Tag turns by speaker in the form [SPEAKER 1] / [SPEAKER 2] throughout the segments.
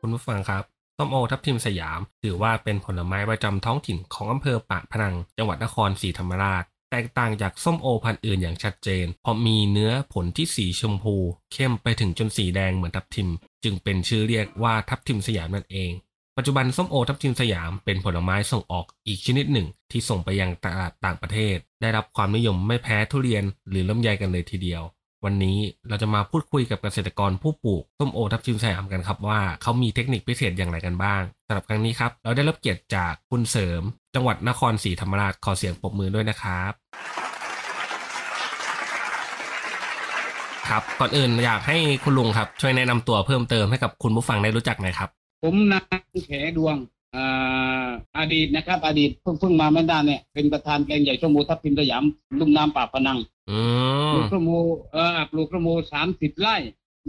[SPEAKER 1] คุณผู้ฟังครับส้มโอทับทิมสยาม ถือว่าเป็นผลไม้ประจำท้องถิ่นของอำเภอปากพนัง จังหวัดนครศรีธรรมราช แตกต่างจากส้มโอพันธุ์อื่นอย่างชัดเจน เพราะมีเนื้อผลที่สีชมพู เข้มไปถึงจนสีแดงเหมือนทับทิม จึงเป็นชื่อเรียกว่าทับทิมสยามนั่นเอง ปัจจุบันส้มโอทับทิมสยามเป็นผลไม้ส่งออกอีกชนิดหนึ่ง ที่ส่งไปยังตลาดต่างประเทศ ได้รับความนิยมไม่แพ้ทุเรียนหรือลำไยกันเลยทีเดียว วันนี้เราจะมาพูดคุยกับเกษตรกรผู้ปลูกส้มโอทับทิมสยามกันครับว่าเขามีเทคนิคพิเศษอย่างไรกันบ้างสำหรับครั้งนี้ครับ เราได้รับเกียรติจากคุณเสริม จังหวัดนครศรีธรรมราชขอเสียงปรบมือด้วยนะครับ ครับก่อนอื่นอยากให้คุณลุงครับ ช่วยแนะนำตัวเพิ่มเติมให้กับคุณผู้ฟังได้รู้จักหน่อยครับ
[SPEAKER 2] ผมนางแขดวงอ่าอดีตนะครับ อดีตเพิ่งเพิ่งมาไม่นานเนี่ยเป็นประธานแกงใหญ่ส้มโอทับทิมสยามลุ่มน้ำป่าพนัง
[SPEAKER 1] อืม
[SPEAKER 2] ปลูกส้มโอเออปลูกส้มโอสามสิบไร่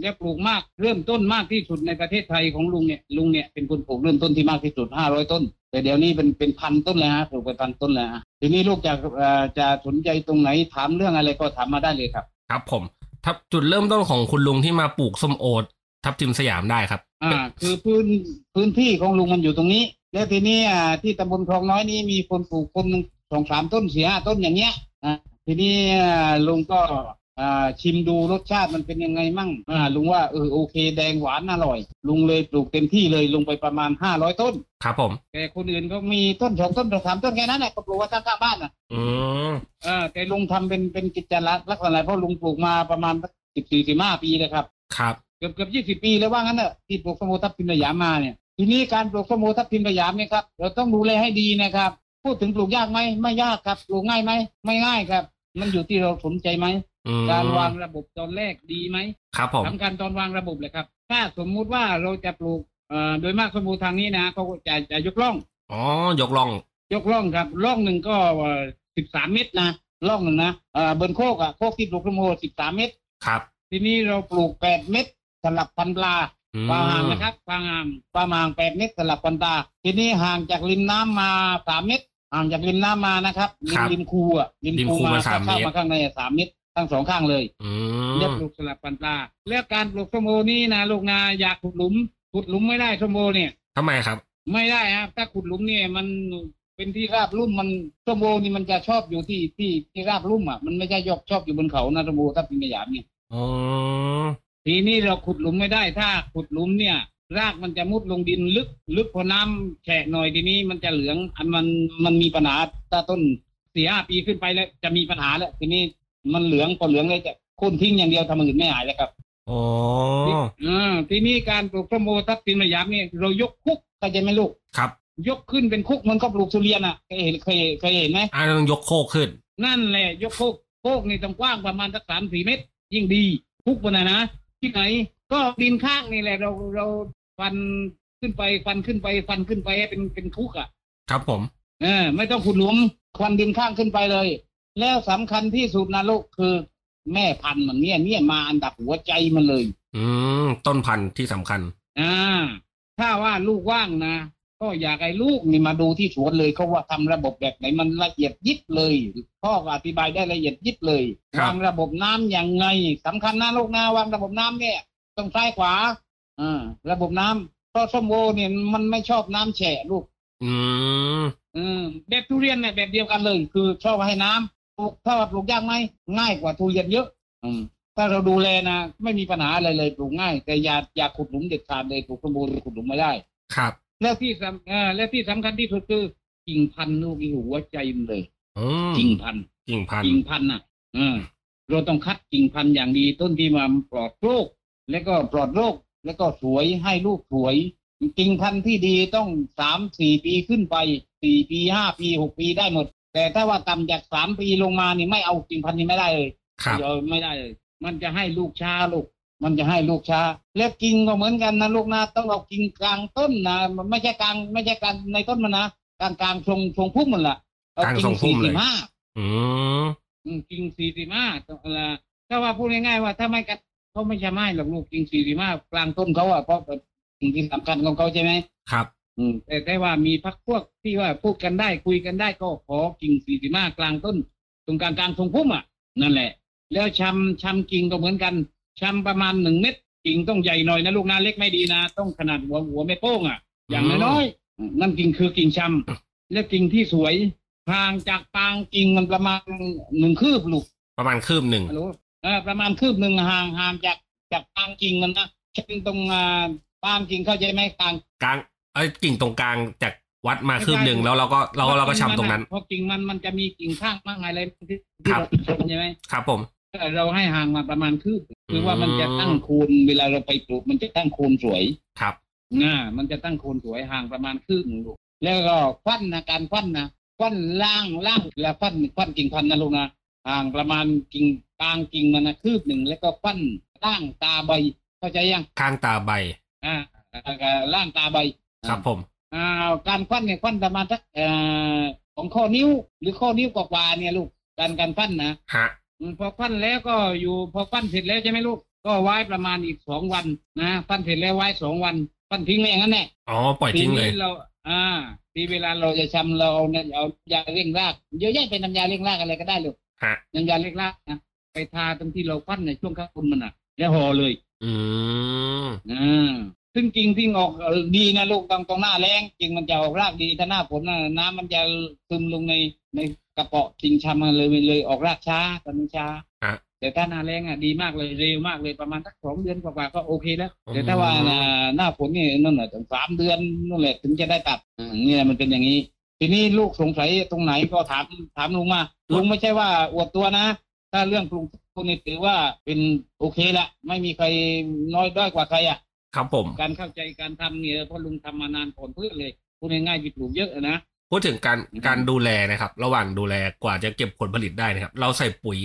[SPEAKER 2] และปลูกมากเริ่มต้นมากที่สุดในประเทศไทยของลุงเนี่ยลุงเนี่ยเป็นคนปลูกเริ่มต้นที่มากที่สุดห้าร้อยต้น แต่เดี๋ยวนี้เป็นเป็นพันต้นแล้วฮะปลูกไปพันต้นแล้วฮะทีนี้ลูกจะเอ่อจะสนใจตรงไหนถามเรื่องอะไรก็ถามมาได้เลยครับ
[SPEAKER 1] ครับผมทับจุดเริ่มต้นของคุณลุงที่มาปลูกส้มโอทับทิมสยามได้ครับ
[SPEAKER 2] อ่าคือพื้นพื้นที่ของลุงมันอยู่ตรงนี้ แล้วทีนี้อ่าที่ตำบลคลองน้อยนี้มีคนปลูกคนหนึ่งสองสามต้นสี่ห้าต้นอย่างเงี้ยอ่าทีนี้อ่าลุงก็อ่าชิมดูรสชาติมันเป็นยังไงมั่งอ่าลุงว่าเออโอเคแดงหวานอร่อย ลุงเลยปลูกเต็มที่เลยลงไปประมาณห้าร้อยต้น
[SPEAKER 1] ครับผม
[SPEAKER 2] แต่คนอื่นก็มีต้นสองต้นสองสามต้นแค่นั้นแหละก็ปลูกไว่าข้างๆบ้านอ่ะ
[SPEAKER 1] อืม
[SPEAKER 2] เออแต่ลุงทำเป็นเป็นกิจลักษณะเพราะลุงปลูกมาประมาณสิบสี่สิบห้าปีนะครับ
[SPEAKER 1] ครับ
[SPEAKER 2] เกือบเกือบยี่สิบปีแล้วว่างั้นเถอะที่ปลูกส้มโอทับทิมสยามมาเนี่ยทีนี้การปลูกส้มโอทับทิมสยามเนี่ยครับเราต้องดูแลให้ดีนะครับพูดถึงปลูกยากไหมไม่ยากครับปลูกง่ายไหมไม่ง่ายครับ มันอยู่ที่เราสนใจไหม
[SPEAKER 1] อืม
[SPEAKER 2] การวางระบบตอนแรกดีไหม
[SPEAKER 1] ครับผม
[SPEAKER 2] สำคัญตอนวางระบบเลยครับ ถ้าสมมุติว่าเราจะปลูกเอ่อโดยมากส้มโอทางนี้นะเขาก็จะจะยกล่อง
[SPEAKER 1] อ๋อ ยกล่อง
[SPEAKER 2] ยกล่องครับล่องหนึ่งก็สิบสามเมตรนะล่องหนึ่งนะเอ่อบนโคกอะโคกที่ปลูกส้มโอสิบสามเมตร
[SPEAKER 1] ครับ
[SPEAKER 2] ทีนี้เราปลูกแปดเมตรสลับพันปลา
[SPEAKER 1] อืม
[SPEAKER 2] ปลาหางนะครับปลาหางปลาหางแปดเมตรสลับกันตาทีนี้ห่างจากริมน้ำมาสามเมตรห่างจากริมน้ำมานะครับริมริมคูอ่ะริมคูมาเข้ามาข้างในสามเมตรทั้งสองข้างเลย
[SPEAKER 1] อื
[SPEAKER 2] เรียก
[SPEAKER 1] ม
[SPEAKER 2] ปลูกสลับกันตาแล้วการปลูกส้มโอนี่นะลูกนาอยากขุดหลุมขุดหลุมไม่ได้ส้มโอเนี่ย
[SPEAKER 1] ทำไมครับ
[SPEAKER 2] ไม่ได้ครับถ้าขุดหลุมเนี่ยมันเป็นที่ราบลุ่มมันส้มโอนี่มันจะชอบอยู่ที่ที่ที่ราบลุ่มอ่ะมันไม่ใช่ยอบชอบอยู่บนเขานะส้มโอถ้าเป็นสยามเนี่ย
[SPEAKER 1] อ๋อ
[SPEAKER 2] ทีนี้เราขุดหลุมไม่ได้ถ้าขุดหลุมเนี่ย รากมันจะมุดลงดินลึก ลึกพอน้ำแฉะหน่อยทีนี้มันจะเหลืองอันมันมันมีปัญหาถ้าต้นสี่ห้าปีขึ้นไปแล้ว จะมีปัญหาแล้วทีนี้มันเหลืองพอเหลืองเลยจะโค่นทิ้งอย่างเดียวทำอื่นไม่หายแล้วครับ
[SPEAKER 1] อ๋อ
[SPEAKER 2] อ่าทีนี้การปลูกส้มโอทับทิมระยามเนี่ยเรายกคุกเข้าใจไหมลูก
[SPEAKER 1] ครับ
[SPEAKER 2] ยกขึ้นเป็นคุกเหมันก็ปลูกทุเรียนอ่ะเคยเห็นเคยเคยเห็นไหม
[SPEAKER 1] อ่าต้องยกโคกขึ้น
[SPEAKER 2] นั่นแหละยกคุกคุกนี่ต้องกว้างประมาณสักสามสี่เมตร ยิ่งดี คุกบนน่ะนะ ที่ไหนก็ดินข้างนี่แหละเราเราฟันขึ้นไปฟันขึ้นไปฟันขึ้นไปให้เป็นเป็นคุกอะ่ะ
[SPEAKER 1] ครับผม
[SPEAKER 2] เออไม่ต้องขุดหลุมควันดินข้างขึ้นไปเลย แล้วสำคัญที่สุดนะลูกคือ แม่พันธุ์มันเนี่ยเนี่ยมาอันดับหัวใจมันเลย
[SPEAKER 1] อืม ต้นพันธุ์ที่สำคัญ
[SPEAKER 2] อ่า ถ้าว่าลูกว่างนะ ก็อยากให้ลูกนี่มาดูที่สวนเลยเขาว่าทำระบบแบบไหนมันละเอียดยิบเลยพ่อก็อธิบายได้ละเอียดยิบเลย
[SPEAKER 1] ครับ
[SPEAKER 2] วางระบบน้ำยังไงสำคัญนะลูกนะวางระบบน้ำเนี่ยต้องซ้ายขวาอ่าระบบน้ำเพราะส้มโอเนี่ยมันไม่ชอบน้ำแฉะลูก
[SPEAKER 1] อืม
[SPEAKER 2] อืมแบบทุเรียนเนี่ยแบบเดียวกันเลย คือชอบให้น้ำปลูกถ้าว่าปลูกยากไหมง่ายกว่าทุเรียนเยอะ อืมถ้าเราดูแลนะไม่มีปัญหาอะไรเลยปลูกง่าย แต่อย่าอย่าขุดหลุมเด็ดขาดเลยปลูกส้มโอขุดหลุมไม่ได้
[SPEAKER 1] ครับ
[SPEAKER 2] แล้วที่สำเอ่อและที่สำคัญที่สุดคือกิ่งพันธุ์ลูกนี่หัวใจมันเลย
[SPEAKER 1] อืม
[SPEAKER 2] กิ่งพันธุ์
[SPEAKER 1] กิ่งพัน
[SPEAKER 2] กิ่ง
[SPEAKER 1] ธุ์
[SPEAKER 2] พันธุ์น่ะเออเราต้องคัดกิ่งพันธุ์อย่างดี ต้นที่มาปลอดโรคแล้วก็ปลอดโรคแล้วก็สวยให้ลูกสวย จริงๆพันธุ์ที่ดีต้องสามสี่ปีขึ้นไปสี่ปีห้าปีหกปีได้หมด แต่ถ้าว่าต่ำจากสามปีลงมานี่ไม่เอากิ่งพันธุ์นี้ไม่ได้เลย
[SPEAKER 1] ครับ
[SPEAKER 2] ยอมไม่ได้เลยมันจะให้ลูกช้าลูก มันจะให้ลูกช้า แล้วกิ่งก็เหมือนกันนะลูกนะต้องเอากิ่งกลางต้นนะมันไม่ใช่กลางไม่ใช่กลางในต้นมันนะกลางกลางทรงทรงพุ่มมันละเอก
[SPEAKER 1] ลาง
[SPEAKER 2] กิ่
[SPEAKER 1] ทรงพุ่มเลย
[SPEAKER 2] สี่สิบห้า
[SPEAKER 1] อืม
[SPEAKER 2] อืมกิ่งสี่สิบห้าต้องเอาละถ้าว่าพูดง่ายๆว่าถ้าไม่กันเขาไม่ใช่ไม้หรอกลูกกิ่งสี่สิบห้ากลางต้นเขาอะเพราะเป็นสิ่งที่สำคัญของเขาใช่ไหม
[SPEAKER 1] ครับ
[SPEAKER 2] อืมแต่ได้ว่ามีพักพวกที่ว่าพูดกันได้คุยกันได้ก็ขอกิ่งสี่สิบห้ากลางต้น ตรงกลางกลางทรงพุ่มอ่ะนั่นแหละ แล้วชำชำกิ่งก็เหมือนกันชำประมาณหนึ่งเม็ดกิ่งต้องใหญ่หน่อยนะลูกนะเล็กไม่ดีนะต้องขนาดหัวหัวแม่โป้งอ่ะอย่างน้อยๆอืมนั่นกิ่งคือกิ่งชำ และกิ่งที่สวยห่างจากปางกิ่งมันประมาณหนึ่งคืบลูก
[SPEAKER 1] ประมาณคืบหนึ่ง
[SPEAKER 2] ฮัลโหลเอ่อประมาณคืบหนึ่งห่างห่างจากจากปางกิ่งมันนะเช่นตรงอ่าปางกิ่งเข้าใจไหมปาง
[SPEAKER 1] กลางเอ้ยกิ่งตรงกลางจากวัดมา
[SPEAKER 2] ไม่ใช่
[SPEAKER 1] คืบหนึ่งแล้วเราก็เราเราก็ชํตรงนั้น
[SPEAKER 2] เพราะกิ่งมันมันจะมีกิ่งข้างมากอะไรที่
[SPEAKER 1] ครับ
[SPEAKER 2] ที่เราชมใช่ไหม
[SPEAKER 1] ครับผม
[SPEAKER 2] เออเราให้ห่างมาประมาณคืบคือ
[SPEAKER 1] ม
[SPEAKER 2] ว่ามันจะตั้งโคูณเวลาเราไปปลูกมันจะตั้งโคูณสวย
[SPEAKER 1] ครับ
[SPEAKER 2] นะมันจะตั้งโคูณสวยห่างประมาณคืบหนึ่งลูกแล้วก็ควันนะการควันนะควันล่างล่างแล้วควันควันกิ่งพันธุ์นะลูกนะห่างประมาณกิ่งกลางกิ่งมันนะคืบหนึ่งแล้วก็ควันล่างตาใบเข้าใจยัง
[SPEAKER 1] ข้างตาใบ
[SPEAKER 2] อ่าอ่าล่างตาใบ
[SPEAKER 1] ครับผม
[SPEAKER 2] อ่าการควันเนี่ยควันประมาณสักเอ่อของข้อนิ้ว หรือข้อนิ้วกว่าๆเนี่ยลูกการการควันนะ
[SPEAKER 1] ฮะ
[SPEAKER 2] อืมพอควันแล้วก็อยู่พอควันเสร็จแล้วใช่ไหมลูก ก็ไว้ประมาณอีกสองวันนะควันเสร็จแล้วไว้สองวันควันทิ้งไว้อย่างนั้นแหละ
[SPEAKER 1] อ๋อ ปล่อย
[SPEAKER 2] ที
[SPEAKER 1] ทิ้งเลย
[SPEAKER 2] นี้เรา อ่า ทีเวลาเราจะชำเราเอาเนี่ยเอายาเร่งรากเยอะแยะเป็นน้ำยาเร่งรากอะไรก็ได้ลูก
[SPEAKER 1] ฮะ
[SPEAKER 2] น้ำยาเร่งรากนะไปทาตรงที่เราควันในยช่วงข้างบนมันอ่ะ แล้วห่อเลย
[SPEAKER 1] อืม
[SPEAKER 2] อืมซึ่งกิ่งที่ออกเอ่อดีนะลูกตรงตรงหน้าแรงกิ่งมันจะออกรากดีถ้าหน้าฝนน่ะน้ำมันจะซึมลงในในกระเปาะกิ่งชำมันเลยเลยออกรากช้าตอนนี้ช้า
[SPEAKER 1] ฮะ
[SPEAKER 2] แต่ถ้าหน้าแรงอ่ะดีมากเลยเร็วมากเลยประมาณสักสองเดือนกว่าๆก็โอเคแล้ว
[SPEAKER 1] อืม
[SPEAKER 2] แต่ถ้าว่าน่ะหน้าฝนนี่นั่นแหละถึงสามเดือนนั่นแหละถึงจะได้ตัดอืมเนี่ยมันเป็นอย่างนี้ ทีนี้ลูกสงสัยตรงไหนก็ถามถามลุงมาลุงไม่ใช่ว่าอวดตัวนะ ถ้าเรื่องปรุงตัวนี่ถือว่าเป็นโอเคละไม่มีใครน้อยด้อยกว่าใครอ่ะ
[SPEAKER 1] ครับผม
[SPEAKER 2] การเข้าใจการทำเนี่ยเพราะลุงทำมานานก่อนเพื่อนเลยพูดง่ายๆผิดถูกเยอะอะนะ
[SPEAKER 1] พูดถึงการ
[SPEAKER 2] อืม
[SPEAKER 1] การดูแลนะครับ ระหว่างดูแลกว่าจะเก็บผลผลิตได้นะครับ เราใส่ปุ๋ย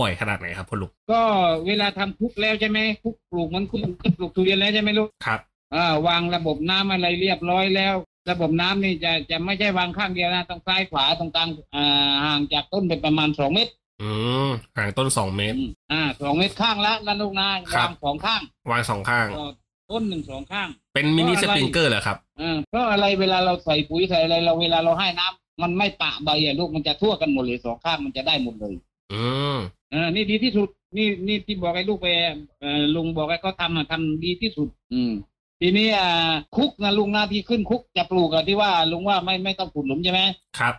[SPEAKER 1] บ่อยขนาดไหนครับคุณลุง
[SPEAKER 2] ก็เวลาทำคุกแล้วใช่ไหมคุกปลูกเหมันคุกคุกปลูกทุเรียนแล้วใช่ไหมลูก
[SPEAKER 1] ครับ
[SPEAKER 2] อ่าวางระบบน้ำอะไรเรียบร้อยแล้ว ระบบน้ำนี่จะจะไม่ใช่วางข้างเดียวนะต้องซ้ายขวาตรงกลางอ่าห่างจากต้นไปประมาณสองเมตร
[SPEAKER 1] อืมห่างต้นสองเมตร
[SPEAKER 2] อืมอ่าสองเมตรข้างละนั่นลูกนะครับ วางสองข้าง
[SPEAKER 1] วางสองข้าง
[SPEAKER 2] ต่อต้นหนึ่งสองข้าง
[SPEAKER 1] เป็นมินิ
[SPEAKER 2] ก็
[SPEAKER 1] ส
[SPEAKER 2] อะไร
[SPEAKER 1] ปริงเกอร์เหรอครับ
[SPEAKER 2] เออเพราะอะไรเวลาเราใส่ปุ๋ยใส่อะไรเราเวลาเราให้น้ำมันไม่ปะใบอะลูกมันจะทั่วกันหมดเลยสองข้างมันจะได้หมดเลย
[SPEAKER 1] อืม
[SPEAKER 2] เออนี่ดีที่สุด นี่นี่ที่บอกให้ลูกไปเอ่อลุงบอกให้เขาทำอ่ะทำดีที่สุด อืม ทีนี้อ่าคุกนะลุงนะที่ขึ้นคุกจะปลูกอะที่ว่าลุงว่าไม่ไม่ต้องขุดหลุมใช่ไหม
[SPEAKER 1] ครับ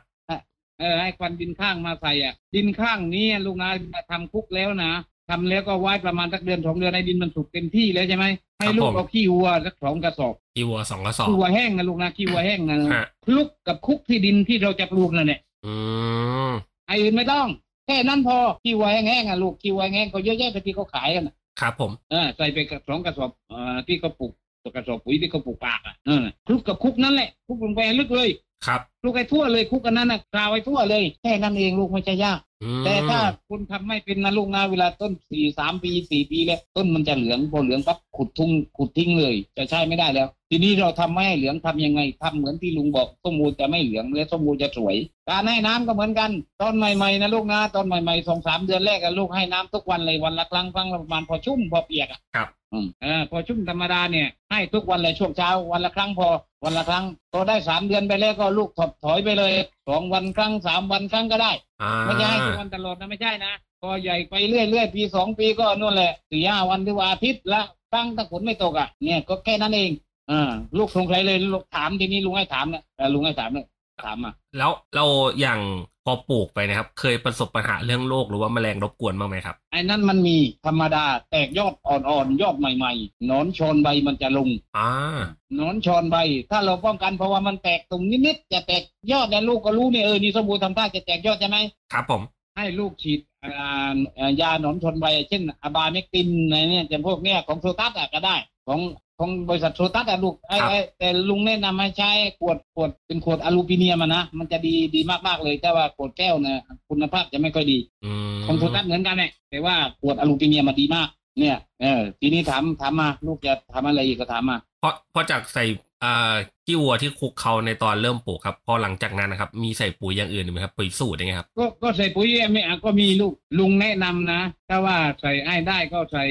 [SPEAKER 2] เออให้ควันดินข้างมาใส่อ่ะ ดินข้างนี้ลุงนะทำคุกแล้วนะทำแล้วก็ไว้ประมาณสักเดือนสองเดือนให้ดินมันสุกเต็มที่แล้วใช่ไหมให้ลู
[SPEAKER 1] ผ
[SPEAKER 2] ก
[SPEAKER 1] ม
[SPEAKER 2] เอาขี้วัวสักสองกระสอบ
[SPEAKER 1] อีวัวสองกระสอบ
[SPEAKER 2] ขี้วัวแห้งนะลุงนะขี้วัวแห้งนะ
[SPEAKER 1] ฮะ
[SPEAKER 2] คลุกกับคุกที่ดินที่เราจะปลูกนั่นแหละ
[SPEAKER 1] อืม
[SPEAKER 2] ไอ้อื่นไม่ต้องแค่นั้นพอคิวไว้แห้งๆอ่ะลูกคิวไว้แห้งๆเขาเยอะแยะไปที่เขาขายกันอ่ะ
[SPEAKER 1] ครับผม
[SPEAKER 2] เออใส่ไปกระสองกระสอบเอ่อที่เขาปลูกกระสอบปุ๋ยที่เขาปลูกปากอ่ะเออคลุกกับคุกนั่นแหละคลุกลงไปให้ลึกเลย
[SPEAKER 1] ครับ
[SPEAKER 2] คลุกไอ้ทั่วเลยคลุกกันนั้นน่ะกราวไอ้ทั่วเลยแค่นั้นเองลูกไม่ใช่ยาก
[SPEAKER 1] อืม
[SPEAKER 2] แต่ถ้าคุณทำไม่เป็นนะลูกนะเวลาต้นสี่สามปีสี่ปีแล้วต้นมันจะเหลืองพอเหลืองปั๊บขุดทุ่งขุดทิ้งเลย จะใช้ไม่ได้แล้ว ทีนี้เราทำไม่ให้เหลืองทำยังไงทำเหมือนที่ลุงบอกส้มโอจะไม่เหลืองและส้มโอจะสวย การให้น้ำก็เหมือนกันตอนใหม่ๆนะลูกนะตอนใหม่ๆสองสามเดือนแรกอะลูกให้น้ำทุกวันเลยวันละครั้งครั้งละประมาณพอชุ่มพอเปียกอะ
[SPEAKER 1] ครับ
[SPEAKER 2] อืมเออพอชุ่มธรรมดาเนี่ยให้ทุกวันเลยช่วงเช้าวันละครั้งพอวันละครั้งพอได้สามเดือนไปแล้วก็ลูกถดถอยไปเลยสองวันครั้งสามวันครั้งก็ได้
[SPEAKER 1] อ่า
[SPEAKER 2] ไม่ใช่ให้ทุกวันตลอดนะไม่ใช่นะ พอใหญ่ไปเรื่อยๆปีสองปีก็นู่นแหละสี่ห้าวันหรือว่าอาทิตย์ละตั้งถ้าฝนไม่ตกอ่ะเนี่ยก็แค่นั้นเองอ่าลูกสงสัยเลยลูกถามทีนี้ลุงให้ถามเนี่ยเอ่อลุงให้ถามเนี่ยถามอ่ะ
[SPEAKER 1] แล้วเราอย่างพอปลูกไปนะครับ เคยประสบปัญหาเรื่องโรคหรือว่าแมลงรบกวนบ้างไหมครับ
[SPEAKER 2] ไอ้นั่นมันมีธรรมดาแตกยอดอ่อนๆยอดใหม่ๆหนอนชอนใบมันจะลง
[SPEAKER 1] อ่า
[SPEAKER 2] หนอนชอนใบ ถ้าเราป้องกันเพราะว่ามันแตกตรงนิดๆจะแตกยอดเนี่ยลูกก็รู้เนี่ยเออนี่สมบูรณ์ทำท่าจะแตกยอดใช่ไหม
[SPEAKER 1] ครับผม
[SPEAKER 2] ให้ลูกฉีดอ่าอ่ายาหนอนชนใบเช่นอะบาเมกตินอะไรเนี่ยจำพวกเนี้ยของโซตัสอะก็ได้ ผ ของของบริษัทโซตัสอะลูกไอ้ไอ้แต่ลุงแนะนำให้ใช้ขวดขวดเป็นขวดอลูมิเนียมอะนะมันจะดีดีมากๆเลยแต่ว่าขวดแก้วเนี่ยคุณภาพจะไม่ค่อยดี
[SPEAKER 1] อืม
[SPEAKER 2] ของโซตัสเหมือนกันเนี่ยแต่ว่าขวดอลูมิเนียมมันดีมาก เนี่ยเออทีนี้ถามถามมาลูกจะถามอะไรอีกก็ถามมา
[SPEAKER 1] เพราะเพราะจากใส่อ่าขี้วัวที่คลุกเขาในตอนเริ่มปลูกครับ พอหลังจากนั้นนะครับ มีใส่ปุ๋ยอย่างอื่นอีกไหมครับปุ๋ยสูตรอย่างเงี้ยครับ
[SPEAKER 2] ก็ก็ใส่ปุ๋ยไม่อ่ะก็มีลูกลุงแนะนำนะ ถ้าว่าใส่ไอ้ได้ก็ใส่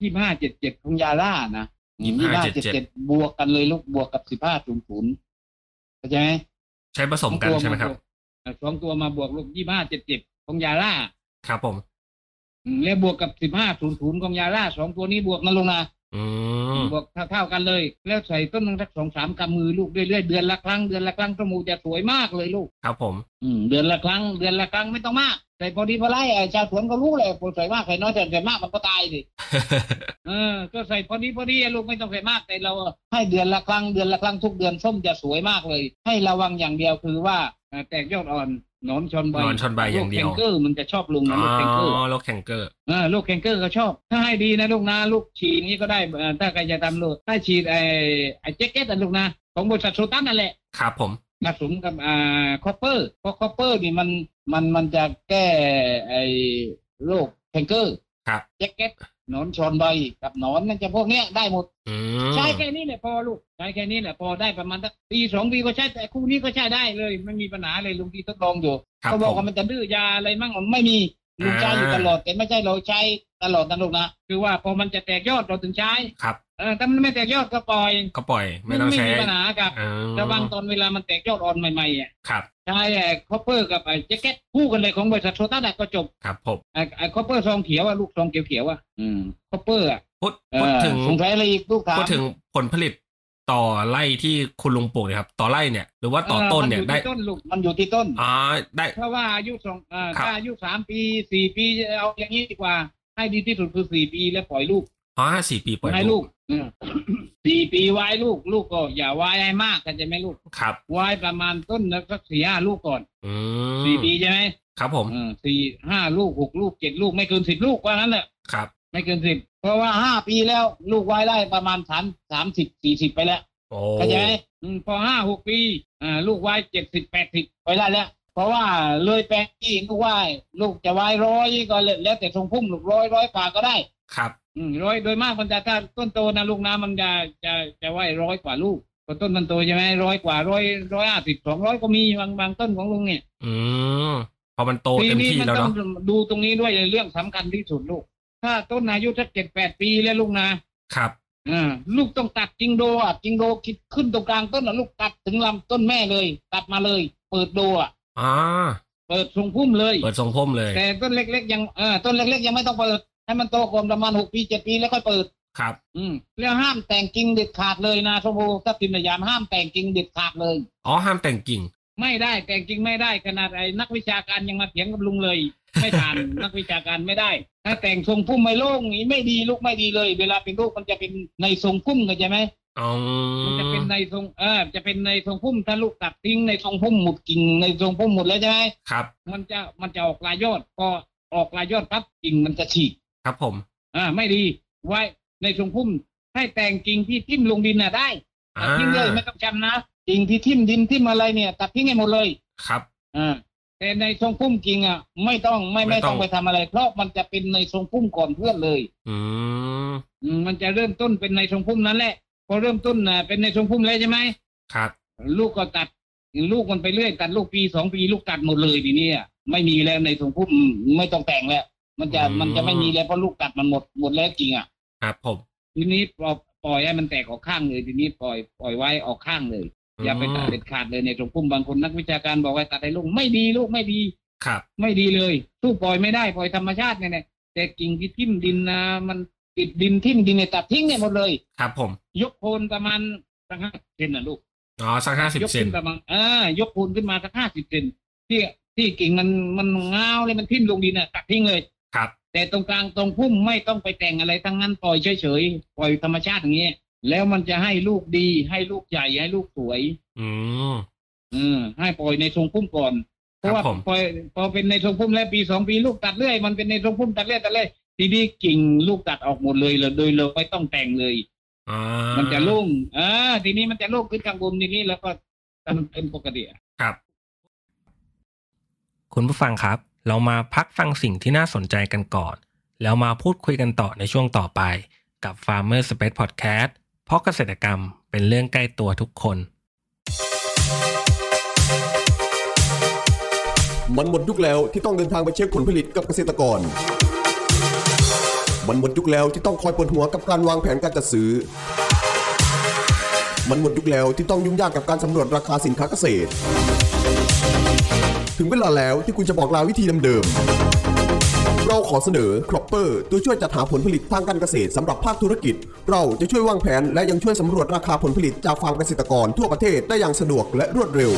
[SPEAKER 2] ยี่ห้าเจ็ดเจ็ดของยาล่านะ
[SPEAKER 1] 2577
[SPEAKER 2] เจ็ดบวกกันเลยลูกบวกกับสิบห้าศูนย์ศูนย์เข้าใจไหม
[SPEAKER 1] ใช้ผสมกันใช่ไหมครับ
[SPEAKER 2] อ่ะสองตัวมาบวกลูกยี่ห้าเจ็ดเจ็ดของยาล่า
[SPEAKER 1] ครับผม
[SPEAKER 2] อืมแล้วบวกกับสิบห้าศูนย์ศูนย์ของยาล่าสองตัวนี้บวกนะลุงนะ
[SPEAKER 1] อืม
[SPEAKER 2] บวกเท่าๆกันเลย แล้วใส่ต้นหนึงสักสองสามกำมือลูกเรื่อยๆเดือนละครั้งเดือนละครั้งต้นมูจะสวยมากเลยลูก
[SPEAKER 1] ครับผม
[SPEAKER 2] อืมเดือนละครั้งเดือนละครั้งไม่ต้องมากใส่พอดีพอไล่ไอ้ชาวสวนก็รู้เลยผมใส่มากใส่น้อยแต่ใส่มากมันก็ตาย สิเออก็ใส่พอดีพอดีลูกไม่ต้องใส่มากแต่เราให้เดือนละครั้งเดือนละครั้งทุกเดือนส้มจะสวยมากเลย ให้ระวังอย่างเดียวคือว่าเอ่อแตกยอดอ่อนหนอนชนใบ
[SPEAKER 1] หนอนชนใบอย่างเดียว
[SPEAKER 2] โรคแคนเกอร์มันจะชอบลุง
[SPEAKER 1] อ๋
[SPEAKER 2] นะโรคแคนเกอร์
[SPEAKER 1] อโลกแข่งเกอร์
[SPEAKER 2] เออโรคแคนเกอร์ก็ชอบ ถ้าให้ดีนะลูกนะลูกฉีดนี้ก็ได้เอ่อถ้าใครจะทำลูกถ้าฉีดไอ้ไอ้แจ็คเก็ตนะลูกนะของบริษัทโซตันนั่นแหละ
[SPEAKER 1] ครับผม
[SPEAKER 2] ผสมกับอ่าคอปเปอร์เพราะคอปเปอร์นี่มันมันมันจะแก้ไอ้โรคแคนเกอร์
[SPEAKER 1] ครับ
[SPEAKER 2] แจ็คเก็ตหนอนชอนใบกับหนอนนั่นจะพวกเนี้ยได้หมด
[SPEAKER 1] อืม
[SPEAKER 2] ใช้แค่นี้แหละพอลูกใช้แค่นี้แหละพอได้ประมาณสักปีสองปีก็ใช้แต่คู่นี้ก็ใช้ได้เลย ไม่มีปัญหาเลยลุงที่ทดลองอยู่
[SPEAKER 1] ครับ
[SPEAKER 2] เขาบอก
[SPEAKER 1] ผม
[SPEAKER 2] ว่ามันจะดื้อยาอะไรมั่งมันไม่มีลุงใช้อยู่
[SPEAKER 1] อ่า
[SPEAKER 2] ตลอดแต่ไม่ใช่เราใช้ตลอดนะลูกนะคือว่าพอมันจะแตกยอดเราถึงใช้
[SPEAKER 1] ครับ
[SPEAKER 2] เออถ้ามันไม่แตกยอดก็ปล่อย
[SPEAKER 1] ก็ปล่อยไม่ต้องใช้
[SPEAKER 2] มีปัญหากับ
[SPEAKER 1] อืม
[SPEAKER 2] ระวังตอนเวลามันแตกยอดอ่อนใหม่ๆอ่ะ
[SPEAKER 1] ครับ
[SPEAKER 2] ใช่ไอ้คอปเปอร์กับไอ้แจ็คเก็ตคู่กันเลยของบริษัทโซตัสอะก็จบ
[SPEAKER 1] ครับผม
[SPEAKER 2] ไอ้ไอ้คอปเปอร์ซองเขียวอะลูกซองเขียวๆอะอืมคอปเปอร์อะ
[SPEAKER 1] พูด
[SPEAKER 2] เอ่อ
[SPEAKER 1] พูดถึง
[SPEAKER 2] สงสัยอะไรอีกลูกถาม
[SPEAKER 1] พูดถึงผลผลิตต่อไร่ที่คุณลุงปลูกเนยครับ ต่อไร่เนี่ย หรือว่าต่อต้นเนี่ย
[SPEAKER 2] มั
[SPEAKER 1] ได้
[SPEAKER 2] อที่ต้นลูกมันอยู่ที่ต้น
[SPEAKER 1] อ๋อได้
[SPEAKER 2] เพราะว่าอายุสองเอ่อ
[SPEAKER 1] ครับ
[SPEAKER 2] ถ้าอายุสามปีสี่ปีเอาอย่างนี้ดีกว่า ให้ดีที่สุดคือสี่ปีแล้วปล่อยลูก
[SPEAKER 1] อ๋อสี่ปีปล่อย
[SPEAKER 2] ให้
[SPEAKER 1] ลู
[SPEAKER 2] ลู
[SPEAKER 1] ก
[SPEAKER 2] กอืม สี่ปีไว้ลูกลูกก็อย่าไว้ให้มากกันจะไหม่ลูก
[SPEAKER 1] ครับ
[SPEAKER 2] ไว้ประมาณต้นละสักสี่ห้าลูกก่อน
[SPEAKER 1] อืม
[SPEAKER 2] สี่ปีใช่ไหม
[SPEAKER 1] ครับผม
[SPEAKER 2] เออสี่ห้าลูกหกลูกเจ็ดลูกไม่เกินสิบลูกว่างั้นแหละ
[SPEAKER 1] ครับ
[SPEAKER 2] ไม่เกินสิบเพราะว่าห้าปีแล้วลูกไว้ได้ประมาณสามสามสิบสี่สิบไปแล้ว
[SPEAKER 1] โอ้
[SPEAKER 2] เข้าใจไหมอืมพอห้าหกปีอ่าลูกไว้เจ็ดสิบแปดสิบไปได้แล้ว เพราะว่าเลยแปลงที่ลูกไว้ลูกจะไว้ร้อยก็เลยแล้วแต่ทรงพุ่มลูกร้อยร้อยกว่าก็ได้
[SPEAKER 1] ครับ
[SPEAKER 2] อืมร้อยโดยมากมันจะถ้าต้นโตนะลูกนะมันจะจะจะไว้ร้อยกว่าลูกพอต้นมันโตใช่ไหมร้อยกว่าร้อยร้อยห้าสิบสองร้อยก็มีบางบางต้นของลุงเนี่ย
[SPEAKER 1] อืมพอมันโต
[SPEAKER 2] ที
[SPEAKER 1] เต็ม
[SPEAKER 2] นี้
[SPEAKER 1] ที่
[SPEAKER 2] มัน
[SPEAKER 1] แล้ว
[SPEAKER 2] ต้อ
[SPEAKER 1] เนาะ
[SPEAKER 2] งดูตรงนี้ด้วยเรื่องสำคัญที่สุดลูก ถ้าต้นอายุสักเจ็ดแปดปีแล้วลูกนะ
[SPEAKER 1] ครับ
[SPEAKER 2] อ่าลูกต้องตัดจิงโดอ่ะจิงโดคิดขึ้นตรงกลางต้นอ่ะลูกตัดถึงลำต้นแม่เลย ตัดมาเลย เปิดโดอ่ะ
[SPEAKER 1] อ๋อ
[SPEAKER 2] เปิดทรงพุ่มเลย
[SPEAKER 1] เปิดทรงพุ่มเลย
[SPEAKER 2] แต่ต้นเล็ก ๆ ยังเออต้นเล็ก ๆ ยังไม่ต้องเปิด ให้มันโตก่อนประมาณหกปีเจ็ดปีแล้วค่อยเปิด
[SPEAKER 1] ครับ
[SPEAKER 2] อืมแล้วห้ามแต่งกิ่งเด็ดขาดเลยนะชมพูทัพทิมสยามห้ามแต่งกิ่งเด็ดขาดเลย
[SPEAKER 1] อ๋อห้ามแต่งกิ่ง
[SPEAKER 2] ไม่ได้แต่งกิ่งไม่ได้ขนาดไอ้นักวิชาการยังมาเถียงกับลุงเลย ไม่ผ่าน นักวิชาการไม่ได้ ถ้าแต่งทรงพุ่มไม่โล่งนี้ไม่ดีลูกไม่ดีเลย เวลาเป็นลูกมันจะเป็นในทรงพุ่มเข้าใจไหม
[SPEAKER 1] อ๋อ
[SPEAKER 2] มันจะเป็นในทรงเออจะเป็นในทรงพุ่มถ้าลูกตัดทิ้งในทรงพุ่มหมดกิ่งในทรงพุ่มหมดแล้วใช่ไหม
[SPEAKER 1] ครับ
[SPEAKER 2] มันจะมันจะออกลายยอดพอออกลายยอดปั๊บกิ่งมันจะฉีก
[SPEAKER 1] ครับผม
[SPEAKER 2] อ่าไม่ดี ไว้ในทรงพุ่ม ให้แต่งกิ่งที่ทิ่มลงดินน่ะได้ตัดทิ้งเลยไม่ต้องจำนะกิ่งที่ทิ่มดินทิ่มอะไรเนี่ย ตัดทิ้งให้หมดเลย
[SPEAKER 1] ครับ
[SPEAKER 2] อ่าแต่ในทรงพุ่มกิ่งอ่ะไม่ต้องไม่
[SPEAKER 1] ไม่
[SPEAKER 2] ไม่
[SPEAKER 1] ต้
[SPEAKER 2] ต้
[SPEAKER 1] อ
[SPEAKER 2] อง งไปทำอะไรเพราะมันจะเป็นในทรงพุ่มก่อนเพื่อนเลย
[SPEAKER 1] อืม
[SPEAKER 2] อืมมันจะเริ่มต้นเป็นในทรงพุ่มนั้นแหละพอเริ่มต้นน่ะเป็นในทรงพุ่มแล้วใช่ไหม
[SPEAKER 1] ครับ
[SPEAKER 2] ลูกก็ตัดลูกมันไปเรื่อยตัดลูกปีสองปีลูกตัดหมดเลยทีเนี้ยไม่มีแล้วในทรงพุ่มไม่ต้องแต่งแล้ว มันจะ
[SPEAKER 1] อืม
[SPEAKER 2] มันจะไม่มีแล้วเพราะลูกตัดมันหมดหมดแล้วจริงอ่ะ
[SPEAKER 1] ครับผม
[SPEAKER 2] ทีนี้ปล่อยปล่อยให้มันแตกออกข้างเลย ทีนี้ปล่อยปล่อยไว้ออกข้างเลย อย่าไปตัดเด็ดขาดเลยในทรงพุ่มบางคนนักวิชาการบอกว่าตัดให้ลูกไม่ดีลูกไม่ดี
[SPEAKER 1] ครับ
[SPEAKER 2] ไม่ดีเลยสู้ปล่อยไม่ได้ปล่อยธรรมชาติเนี่ยแหละแต่กิ่งที่ทิ่มดินนะมันติดดินทิ่มดินเนี่ยตัดทิ้งเนี่ยหมดเลย
[SPEAKER 1] ครับผม
[SPEAKER 2] ยกโคนประมาณสักห้าเซนนะลูก
[SPEAKER 1] อ๋อสักห้าสิบ
[SPEAKER 2] ยก
[SPEAKER 1] เซ
[SPEAKER 2] ขึ้
[SPEAKER 1] น
[SPEAKER 2] นประมาณเออยกคูณขึ้นมาสักห้าสิบเซนที่ที่กิ่งมันมันงาวเลยมันทิ่มลงดินน่ะตัดทิ้งเลย
[SPEAKER 1] ครับ
[SPEAKER 2] แต่ตรงกลางตรงพุ่มไม่ต้องไปแต่งอะไรทั้งนั้นปล่อยเฉยๆปล่อยธรรมชาติอย่างเงี้ยแล้วมันจะให้ลูกดี ให้ลูกใหญ่ให้ลูกสวย
[SPEAKER 1] อืม
[SPEAKER 2] เออให้ปล่อยในทรงพุ่มก่อนเพราะว่า
[SPEAKER 1] ครับผม
[SPEAKER 2] ปล่อยพอเป็นในทรงพุ่มแล้วปีสองปีลูกตัดเรื่อยมันเป็นในทรงพุ่มตัดเรื่อยตัดเรื่อยทีนี้กิ่งลูกตัดออกหมดเลยเลยโดยเราไม่ต้องแต่งเลย
[SPEAKER 1] อ่า
[SPEAKER 2] มันจะโล่งเออทีนี้มันจะโล่งขึ้นข้างบนทีนี้แล้วก็ทำเป็นปกติอะ
[SPEAKER 1] ครับ คุณผู้ฟังครับ เรามาพักฟังสิ่งที่น่าสนใจกันก่อน แล้วมาพูดคุยกันต่อในช่วงต่อไป กับ Farmer Space Podcast เพราะเกษตรกรรมเป็นเรื่องใกล้ตัวทุกคน
[SPEAKER 3] มันหมดยุคแล้วที่ต้องเดินทางไปเช็คผลผลิตกับเกษตรกร มันหมดยุคแล้วที่ต้องคอยปวดหัวกับการวางแผนการจัดซื้อ มันหมดยุคแล้วที่ต้องยุ่งยากกับการสำรวจราคาสินค้าเกษตร ถึงเวลาแล้วที่คุณจะบอกลาวิธีเดิมๆ เราขอเสนอครอปเปอร์ตัวช่วยจัดหาผลผลิตทางการเกษตรสำหรับภาคธุรกิจ เราจะช่วยวางแผนและยังช่วยสำรวจราคาผลผลิตจากฟาร์มเกษตรกรทั่วประเทศได้อย่างสะดวกและรวดเร็ว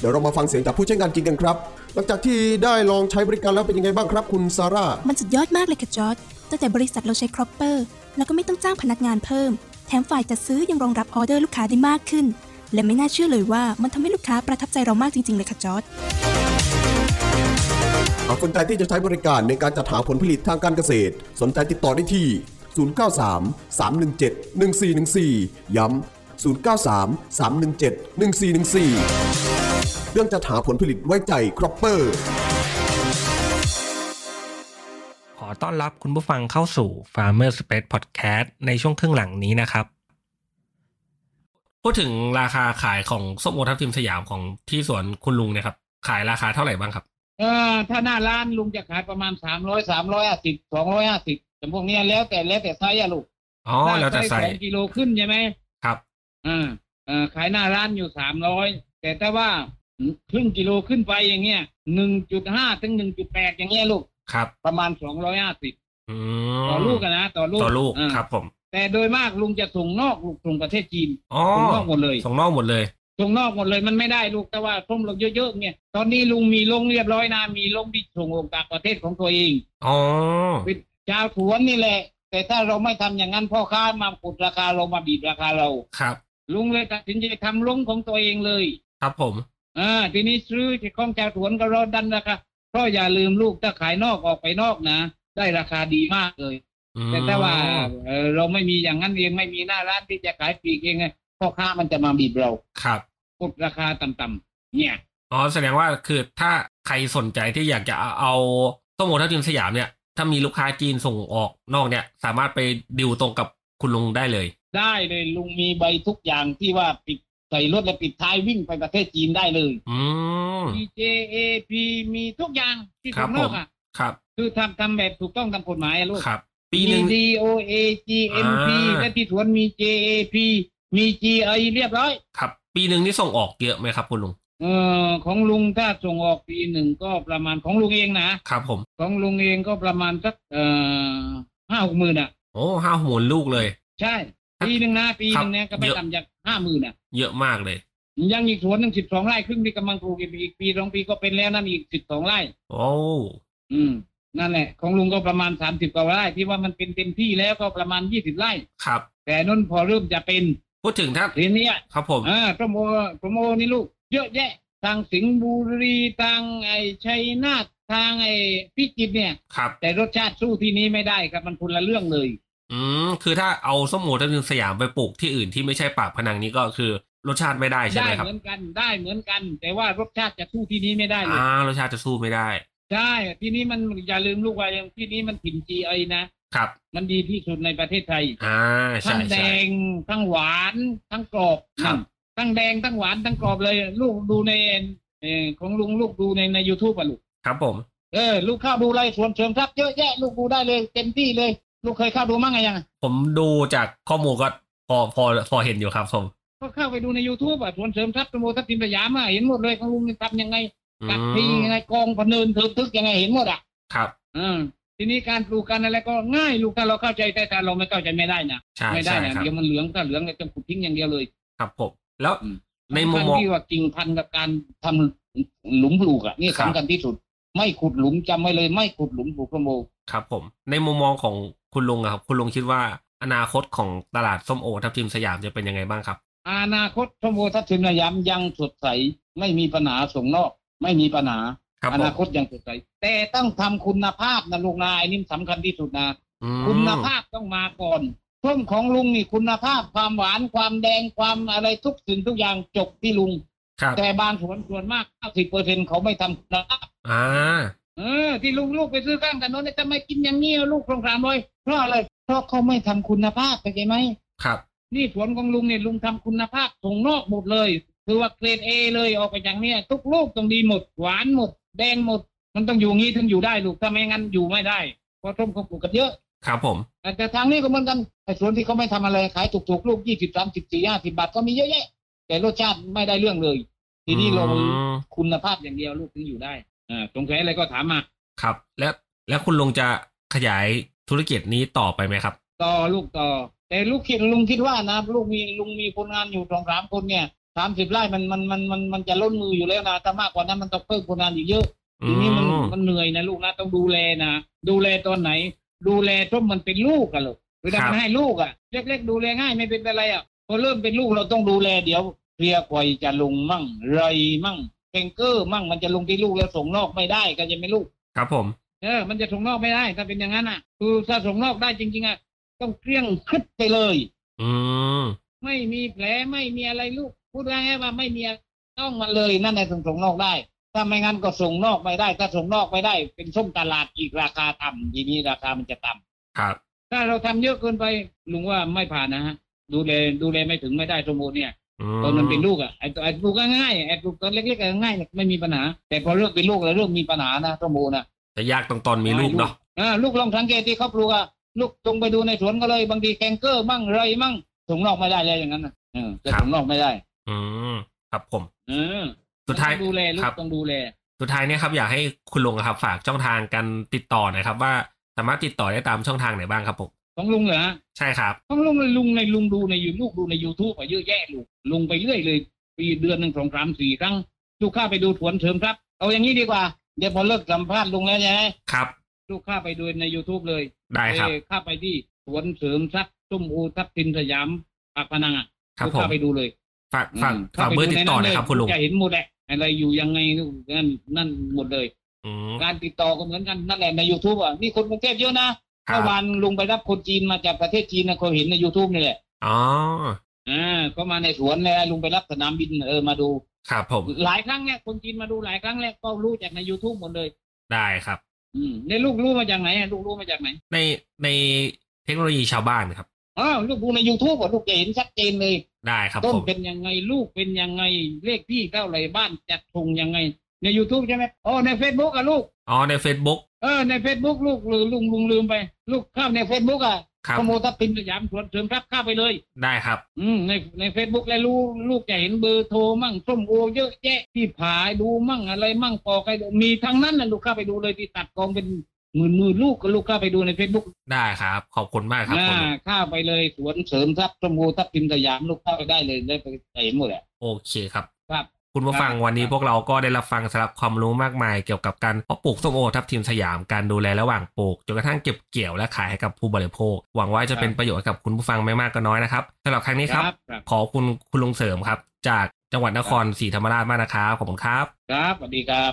[SPEAKER 3] เดี๋ยวเรามาฟังเสียงจากผู้ใช้งานจริงกันครับ หลังจากที่ได้ลองใช้บริการแล้วเป็นยังไงบ้างครับ คุณซาร่า
[SPEAKER 4] มันสุดยอดมากเลยค่ะจอร์ดตั้งแต่บริษัทเราใช้ครอปเปอร์แล้วก็ไม่ต้องจ้างพนักงานเพิ่ม แถมฝ่ายจัดซื้อยังรองรับออเดอร์ลูกค้าได้มากขึ้น และไม่น่าเชื่อเลยว่ามันทำให้ลูกค้าประทับใจเรามากจริงๆเลยค่ะจอร์ด
[SPEAKER 3] หากสนใจที่จะใช้บริการในการจัดหาผลผลิตทางการเกษตร สนใจติดต่อได้ที่ 093 317 1414 ย้ำ 093 317 1414 เรื่องจัดหาผลผลิตไว้ใจครอปเปอร์
[SPEAKER 1] ขอต้อนรับคุณผู้ฟังเข้าสู่ Farmer Space Podcast ในช่วงครึ่งหลังนี้นะครับ พูดถึงราคาขายของส้มโอทับทิมสยามของที่สวนคุณลุงเนี่ยครับ ขายราคาเท่าไหร่บ้างครับ
[SPEAKER 2] เออถ้าหน้าร้านลุงจะขายประมาณสามร้อยสามร้อยห้าสิบสองร้อยห้าสิบแต่พวกเนี้ยแล้วแต่แล้วแต่ไซส์อะลูก
[SPEAKER 1] อ๋อ แล้วแต่ไซ
[SPEAKER 2] สอ
[SPEAKER 1] ส์
[SPEAKER 2] งกิโลขึ้นใช่ไหม
[SPEAKER 1] ครับ
[SPEAKER 2] อ่าเอ่อขายหน้าร้านอยู่สามร้อยแต่ถ้าว่าครึ่งกิโลขึ้นไปอย่างเงี้ยหนึ่งจุดห้าถึงหนึ่งจุดแปดอย่างเงี้ยลูก
[SPEAKER 1] ครับ
[SPEAKER 2] ประมาณสองร้อยห้าสิบ
[SPEAKER 1] อืม
[SPEAKER 2] ต่อลูกอะนะต่อลูก
[SPEAKER 1] ต่อลูก
[SPEAKER 2] า
[SPEAKER 1] ครับผม
[SPEAKER 2] แต่โดยมากลุงจะส่งนอกลูกส่งประเทศจีน
[SPEAKER 1] อ๋อ
[SPEAKER 2] ส่งนอกหมดเลย
[SPEAKER 1] ส่งนอกหมดเลย
[SPEAKER 2] ส่งนอกหมดเลยมันไม่ได้ลูกแต่ว่าส้มลงเยอะๆเนี่ยตอนนี้ลุงมีลงเรียบร้อยนะมีลงที่ส่งออกต่างประเทศของตัวเอง
[SPEAKER 1] อ๋อ
[SPEAKER 2] เป็นชาวสวนนี่แหละ แต่ถ้าเราไม่ทำอย่างนั้นพ่อค้ามากดราคาเรามาบีบราคาเรา
[SPEAKER 1] ครับ
[SPEAKER 2] ลุงเลยตัดสินใจทำลงของตัวเองเลย
[SPEAKER 1] ครับผม
[SPEAKER 2] อ่าทีนี้ซื้อที่ของชาวสวนก็รอดันราคาเพราะอย่าลืมลูกถ้าขายนอกออกไปนอกนะ ได้ราคาดีมากเลย
[SPEAKER 1] อืม
[SPEAKER 2] แต่ถ้าว่าเอ่อเราไม่มีอย่างนั้นเองไม่มีหน้าร้านที่จะขายปลีกเองไงพ่อค้ามันจะมาบีบเรา
[SPEAKER 1] ครับ
[SPEAKER 2] กดราคาต่ำๆเนี่ย
[SPEAKER 1] อ๋อ แสดงว่าคือถ้าใครสนใจที่อยากจะเอาส้มโอทับทิมสยามเนี่ย ถ้ามีลูกค้าจีนส่งออกนอกเนี่ย สามารถไปดิวตรงกับคุณลุงได้เลย
[SPEAKER 2] ได้เลยลุงมีใบทุกอย่างที่ว่าปิดใส่รถและปิดท้ายวิ่งไปประเทศจีนได้เลย
[SPEAKER 1] อืม
[SPEAKER 2] TJAP มีทุกอย่างที่
[SPEAKER 1] ครั
[SPEAKER 2] ส่
[SPEAKER 1] บ
[SPEAKER 2] งนอก
[SPEAKER 1] ผม
[SPEAKER 2] อ่ะ
[SPEAKER 1] ครับ
[SPEAKER 2] คือทำทำแบบถูกต้องตามกฎหมายอะลูก
[SPEAKER 1] ครับ ปีหนึ่ง
[SPEAKER 2] มี DOA GMP
[SPEAKER 1] อ่า
[SPEAKER 2] และที่สวนมี JAP มี GI เรียบร้อย
[SPEAKER 1] ครับ ปีหนึ่งนี่ส่งออกเยอะไหมครับคุณลุง
[SPEAKER 2] เอ่อของลุงถ้าส่งออกปีหนึ่งก็ประมาณของลุงเองนะ
[SPEAKER 1] ครับผม
[SPEAKER 2] ของลุงเองก็ประมาณสักเอ่อห้าหกหมื่นอ่ะ
[SPEAKER 1] โอ้ห้าหัวลูกเลย
[SPEAKER 2] ใช่ ปีหนึ่งนะ ปีหนึ่งเนี่ย
[SPEAKER 1] ครั
[SPEAKER 2] ก็
[SPEAKER 1] บ
[SPEAKER 2] ไม่
[SPEAKER 1] เยอะ
[SPEAKER 2] ต่ำจากห้าหมื่นอ่ะ
[SPEAKER 1] เยอะมากเลย
[SPEAKER 2] ยังอีกสวนหนึ่งสิบสองไร่ครึ่งที่กำลังปลูกอีกอีกปีสองปีก็เป็นแล้วนั่นอีกสิบสองไร่
[SPEAKER 1] โอ้
[SPEAKER 2] อืม นั่นแหละ ของลุงก็ประมาณสามสิบกว่าไร่ที่ว่ามันเป็นเต็มที่แล้วก็ประมาณยี่สิบไร่
[SPEAKER 1] ครับ
[SPEAKER 2] แต่นั่นพอเริ่มจะเป็น
[SPEAKER 1] พูดถึงถ้า
[SPEAKER 2] ทีเนี้ย
[SPEAKER 1] ครับผม
[SPEAKER 2] อ่าโปรโมโปรโมนี่ลูก เยอะแยะ ทางสิงห์บุรีทางไอ้ชัยนาททางไอ้พิจิตรเนี่ย
[SPEAKER 1] ครับ
[SPEAKER 2] แต่รสชาติสู้ที่นี้ไม่ได้ครับมันคนละเรื่องเลย
[SPEAKER 1] อืม คือถ้าเอาส้มโอทับทิมสยามไปปลูกที่อื่นที่ไม่ใช่ปากพนังนี้ก็คือรสชาติไม่ได้ใช่
[SPEAKER 2] ได้
[SPEAKER 1] ไหมครับ
[SPEAKER 2] เหมือนกันได้เหมือนกัน แต่ว่ารสชาติจะสู้ที่นี้ไม่ได้เลย
[SPEAKER 1] อ่ารสชาติจะสู้ไม่ได้
[SPEAKER 2] ใช่ที่นี้มันอย่าลืมลูกว่าอย่างที่นี้มันถิ่นจีไอนะครับ มันดีที่สุดในประเทศไทย
[SPEAKER 1] อ่า
[SPEAKER 2] ทั้
[SPEAKER 1] ใช่
[SPEAKER 2] งแด
[SPEAKER 1] ใช่
[SPEAKER 2] งทั้งหวานทั้งกรอบ
[SPEAKER 1] ครับ
[SPEAKER 2] ทั้งแดงทั้งหวานทั้งกรอบเลย ลูกดูในเอ่อของลุงลูกดูในในยูทูบอะลูก
[SPEAKER 1] ครับผม
[SPEAKER 2] เออลูกเข้าดูไล่สวนเสริมทรัพย์เยอะแยะลูกดูได้เลยเต็มที่เลย ลูกเคยเข้าดูมั้งไงยังอะ
[SPEAKER 1] ผมดูจากข้อมูลก็พอพอพอเห็นอยู่ครับผม
[SPEAKER 2] ก็เข้าไปดูใน YouTube อ่ะสวนเสริมทรัพย์สโมทัพย์ทิมสยามอ่ะเห็นหมดเลยของลุงทำยังไง
[SPEAKER 1] อื
[SPEAKER 2] ตัดที
[SPEAKER 1] ม
[SPEAKER 2] ยังไงกองพะเนินเทิมทึกยังไงเห็นหมดอ่ะ
[SPEAKER 1] ครับ
[SPEAKER 2] อืมทีนี้การปลูกกันอะไรก็ง่ายลูกถ้าเราเข้าใจแต่ถ้าเราไม่เข้าใจไม่ได้นะ
[SPEAKER 1] ใช่
[SPEAKER 2] ไม่ได้
[SPEAKER 1] ใช่
[SPEAKER 2] นะครับ เดี๋ยวมันเหลืองถ้าเหลืองเนี่ยต้องขุดทิ้งอย่างเดียวเลย
[SPEAKER 1] ครับผม แล้วในมุม
[SPEAKER 2] สำคัญ
[SPEAKER 1] มอง
[SPEAKER 2] ที่ว่ากิ่งพันธุ์กับการทำหลุมปลูกอ่ะนี่
[SPEAKER 1] ครับ
[SPEAKER 2] สำคัญที่สุด ไม่ขุดหลุมจำไว้เลย ไม่ขุดหลุมปลูกสโม
[SPEAKER 1] ครับผม ในมุมมองของคุณลุงอะครับ คุณลุงคิดว่าอนาคตของตลาดส้มโอทับทิมสยามจะเป็นยังไงบ้างครับ
[SPEAKER 2] อนาคตชมพูทัศน์ทิมสยามยังสดใส ไม่มีปัญหาส่งนอก ไม่มีปัญหา
[SPEAKER 1] ครับ
[SPEAKER 2] อ
[SPEAKER 1] ผ
[SPEAKER 2] นาม คตยังสดใส แต่ต้องทำคุณภาพนะลูกนะไอ้นี่สำคัญที่สุดนะ
[SPEAKER 1] อืม
[SPEAKER 2] คุณภาพต้องมาก่อน ส้มของลุงนี่คุณภาพความหวานความแดงความอะไรทุกสิ่งทุกอย่างจบที่ลุง
[SPEAKER 1] ครับ
[SPEAKER 2] แต่บางสวนส่วนมาก 90เปอร์เซ็นเขาไม่ทำนะ
[SPEAKER 1] อ่า
[SPEAKER 2] เออ ที่ลุงลูกไปซื้อข้างถนนเนี่ยทำไมกินอย่างนี้ลูกสงสามร้อยเพราะอะไรเพราะเขาไม่ทำคุณภาพเข้าใจไหม
[SPEAKER 1] ครับ
[SPEAKER 2] นี่สวนของลุงเนี่ยลุงทำคุณภาพส่งนอกหมดเลย คือว่าเกรดเอเลยออกไปจากเนี้ยทุกลูกต้องดีหมด หวานหมด แดงหมด มันต้องอยู่งี้ถึงอยู่ได้ลูกถ้าไม่งั้นอยู่ไม่ได้เพราะต้มเขาปลูกกันเยอะ
[SPEAKER 1] ครับผม
[SPEAKER 2] แต่ทางนี้ก็เหมือนกันไอ้สวนที่เขาไม่ทำอะไรขายถูกๆลูกยี่สิบสามสิบสี่ห้าสิบบาทก็มีเยอะแยะ แต่รสชาติไม่ได้เรื่องเลย ทีนี้เรา
[SPEAKER 1] อืม
[SPEAKER 2] คุณภาพอย่างเดียวลูกถึงอยู่ได้อ่าสงสัยอะไรก็ถามมา
[SPEAKER 1] ครับ และและคุณลุงจะขยายธุรกิจนี้ต่อไปไหมครับ
[SPEAKER 2] ต่อลูกต่อ แต่ลูกคิดลุงคิดว่านะลูกมีลุงมีคนงานอยู่สองสามคนเนี่ยสามสิบไร่มันมันมันมันมันจะล้นมืออยู่แล้วนะถ้ามากกว่านั้นมันต้องเพิ่มคนงานอีกเยอะ
[SPEAKER 1] อื
[SPEAKER 2] ทีนี้มัน
[SPEAKER 1] ม
[SPEAKER 2] มันเหนื่อยนะลูกนะต้องดูแลนะดูแลตอนไหน ดูแลต้มมันเป็นลูกอะลูกเวลามันให้ลูกอะเล็กๆดูแลง่ายไม่เป็นอะไรอะพอเริ่มเป็นลูกเราต้องดูแลเดี๋ยวเคลียร์ไกวจะลงมั่งไรมั่งแองเกอร์มั่งมันจะลงที่ลูกแล้วส่งนอกไม่ได้ก็จะไม่ลูก
[SPEAKER 1] ครับผม
[SPEAKER 2] เออ มันจะส่งนอกไม่ได้ ถ้าเป็นอย่างนั้นอ่ะ คือถ้าส่งนอกได้จริง ๆอ่ะ ต้องเครื่องครึดไปเลย
[SPEAKER 1] อืม
[SPEAKER 2] ไม่มีแผลไม่มีอะไรลูก พูดง่ายๆว่าไม่มีอะไรต้องมาเลยนั่นแหละถึงส่งนอกได้ ถ้าไม่งั้นก็ส่งนอกไม่ได้ ถ้าส่งนอกไม่ได้ เป็นส้มตลาดอีกราคาต่ำทีนี้ราคามันจะต่ำ
[SPEAKER 1] ครับ
[SPEAKER 2] ถ้าเราทำเยอะเกินไปลุงว่าไม่ผ่านนะฮะ ดูแลดูแลไม่ถึงไม่ได้สมบูรณ์เนี่ย ตอนมันเป็นลูกอ่ะไอ้ตัวไอ้ปลูกง่ายๆไอ้ปลูกตอนเล็กๆอะง่ายๆไม่มีปัญหา แต่พอเริ่มเป็นลูกแล้วเริ่มมีปัญหานะสมบูรณ์นะ
[SPEAKER 1] จะยากตรงตอนมีลูกเนาะ
[SPEAKER 2] อ่าลูกลองสังเกตที่เขาปลูกอ่ะลูกตรงไปดูในสวนก็เลย บางทีแกงเกอร์มั่งไรมั่งส่งนอกไม่ได้เลยอย่างนั้นนะเออจะส่งนอกไม่ได้
[SPEAKER 1] อืมครับผม
[SPEAKER 2] เออ
[SPEAKER 1] สุดท้าย
[SPEAKER 2] ต้องดูแลลู
[SPEAKER 1] ครั
[SPEAKER 2] ก
[SPEAKER 1] บ
[SPEAKER 2] ต้องดูแล
[SPEAKER 1] สุดท้ายเนี่ยครับอยากให้คุณลุงครับ ฝากช่องทางการติดต่อหนะครับ ว่าสามารถติดต่อได้ตามช่องทางไหนบ้างครับผม
[SPEAKER 2] ของลุงเหรอฮะ
[SPEAKER 1] ใช่ครับ
[SPEAKER 2] ของลุงลุงในลุงดูในยูทูบดูในยูทูบอะเยอะแยะลูกลุงไปเรื่อยเลยปีเดือนหนึ่งสองสามสี่ครั้งลูกข้าไปดูสวนเสริมทรัพย์เอาอย่างนี้ดีกว่าเดี๋ยวพอเลิกสัมภาษณ์ลุงแล้วใช่ไหม
[SPEAKER 1] ครับ
[SPEAKER 2] ลูกข้าไปดูใน YouTube เลย
[SPEAKER 1] ได้ครับ
[SPEAKER 2] เอ้ยข้าไปที่สวนเสริมทรัพย์ตุ้มอูทับทิมสยามปากพนังอ่ะ
[SPEAKER 1] ครับ
[SPEAKER 2] ลูก
[SPEAKER 1] ผม
[SPEAKER 2] ข้าไปดูเลย
[SPEAKER 1] ฝาก
[SPEAKER 2] อืม
[SPEAKER 1] ฝากฝากเบอร์ติดต่อหนะครับ คุณลุง
[SPEAKER 2] จะเห็นหมดแหละอะไรอยู่ยังไงนั่นนั่นหมดเลย
[SPEAKER 1] อืม
[SPEAKER 2] การติดต่อก็เหมือนกันนั่นแหละใน YouTube อ่ะนี่คนกรุงเทพเยอะนะครับ เมื่อวานลุงไปรับคนจีนมาจากประเทศจีนนะเขาเห็นใน YouTube นี่แหละ
[SPEAKER 1] อ๋อ
[SPEAKER 2] อ่าเขามาในสวนเลยลุงไปรับสนามบินเออมาดู
[SPEAKER 1] ครับผม
[SPEAKER 2] หลายครั้งเนี่ยคนจีนมาดูหลายครั้งแล้วก็รู้จากใน YouTube หมดเลย
[SPEAKER 1] ได้ครับ
[SPEAKER 2] อืมในลูกรู้มาจากไหนอะลูกรู้มาจากไหน
[SPEAKER 1] ในในเทคโนโลยีชาวบ้านครับ
[SPEAKER 2] อ๋อลูกดูใน YouTube อ่ะลูกจะเห็นชัดเจนเลย
[SPEAKER 1] ได้ครับ
[SPEAKER 2] ต้น
[SPEAKER 1] ผม
[SPEAKER 2] เป็นยังไงลูกเป็นยังไงเลขที่เท่าไหร่บ้านจัดทงยังไง ใน YouTube ใช่ไหมอ๋อใน Facebook อ่ะลูก
[SPEAKER 1] อ๋อใน Facebook
[SPEAKER 2] เออในเฟซบุ๊กลูกลืมลุงลุงลืมไป ลูกเข้าในเฟซบุ๊กอ่ะ
[SPEAKER 1] ครับ
[SPEAKER 2] ขโมยทับทิมสยามสวนเสริมครับเข้าไปเลย
[SPEAKER 1] ได้ครับ
[SPEAKER 2] อืมในในเฟซบุ๊กแล้วลูกลูกจะเห็นเบอร์โทรมั่งส้มโอเยอะแยะที่ผายดูมั่งอะไรมั่งปอกไอมีทั้งนั้นน่ะลูกเข้าไปดูเลยที่ตัดกองเป็นหมื่นหมื่นลูกก็ลูกเข้าไปดูในเฟซบุ๊ก
[SPEAKER 1] ได้ครับ ขอบคุณมากครับ
[SPEAKER 2] อ่า
[SPEAKER 1] คุณลุง
[SPEAKER 2] เข้าไปเลยสวนเสริมครับส้มโอทับทิมสยามลูกเข้าไปได้เลยได้ไปเห็นหมดแหละ
[SPEAKER 1] โอเคครับ
[SPEAKER 2] ครับ
[SPEAKER 1] คุณผู้ฟัง
[SPEAKER 2] ครับ
[SPEAKER 1] วันนี้
[SPEAKER 2] ครับ
[SPEAKER 1] พวกเราก็ได้รับฟังสำหรับความรู้มากมายเกี่ยวกับการเพาะปลูกส้มโอทับทิมสยามการดูแลระหว่างปลูกจนกระทั่งเก็บเกี่ยวและขายให้กับผู้บริโภค หวังว่าจะเป็นประโยชน์กับคุณผู้ฟังไม่มากก็น้อยนะครับสำหรับครั้งนี้ครับ
[SPEAKER 2] ครับ
[SPEAKER 1] ขอบคุณคุณลุงเสริมครับ จากจังหวัดนครศรีธรรมราชมากนะครับขอบคุณครับ
[SPEAKER 2] ครับสวัสดีครับ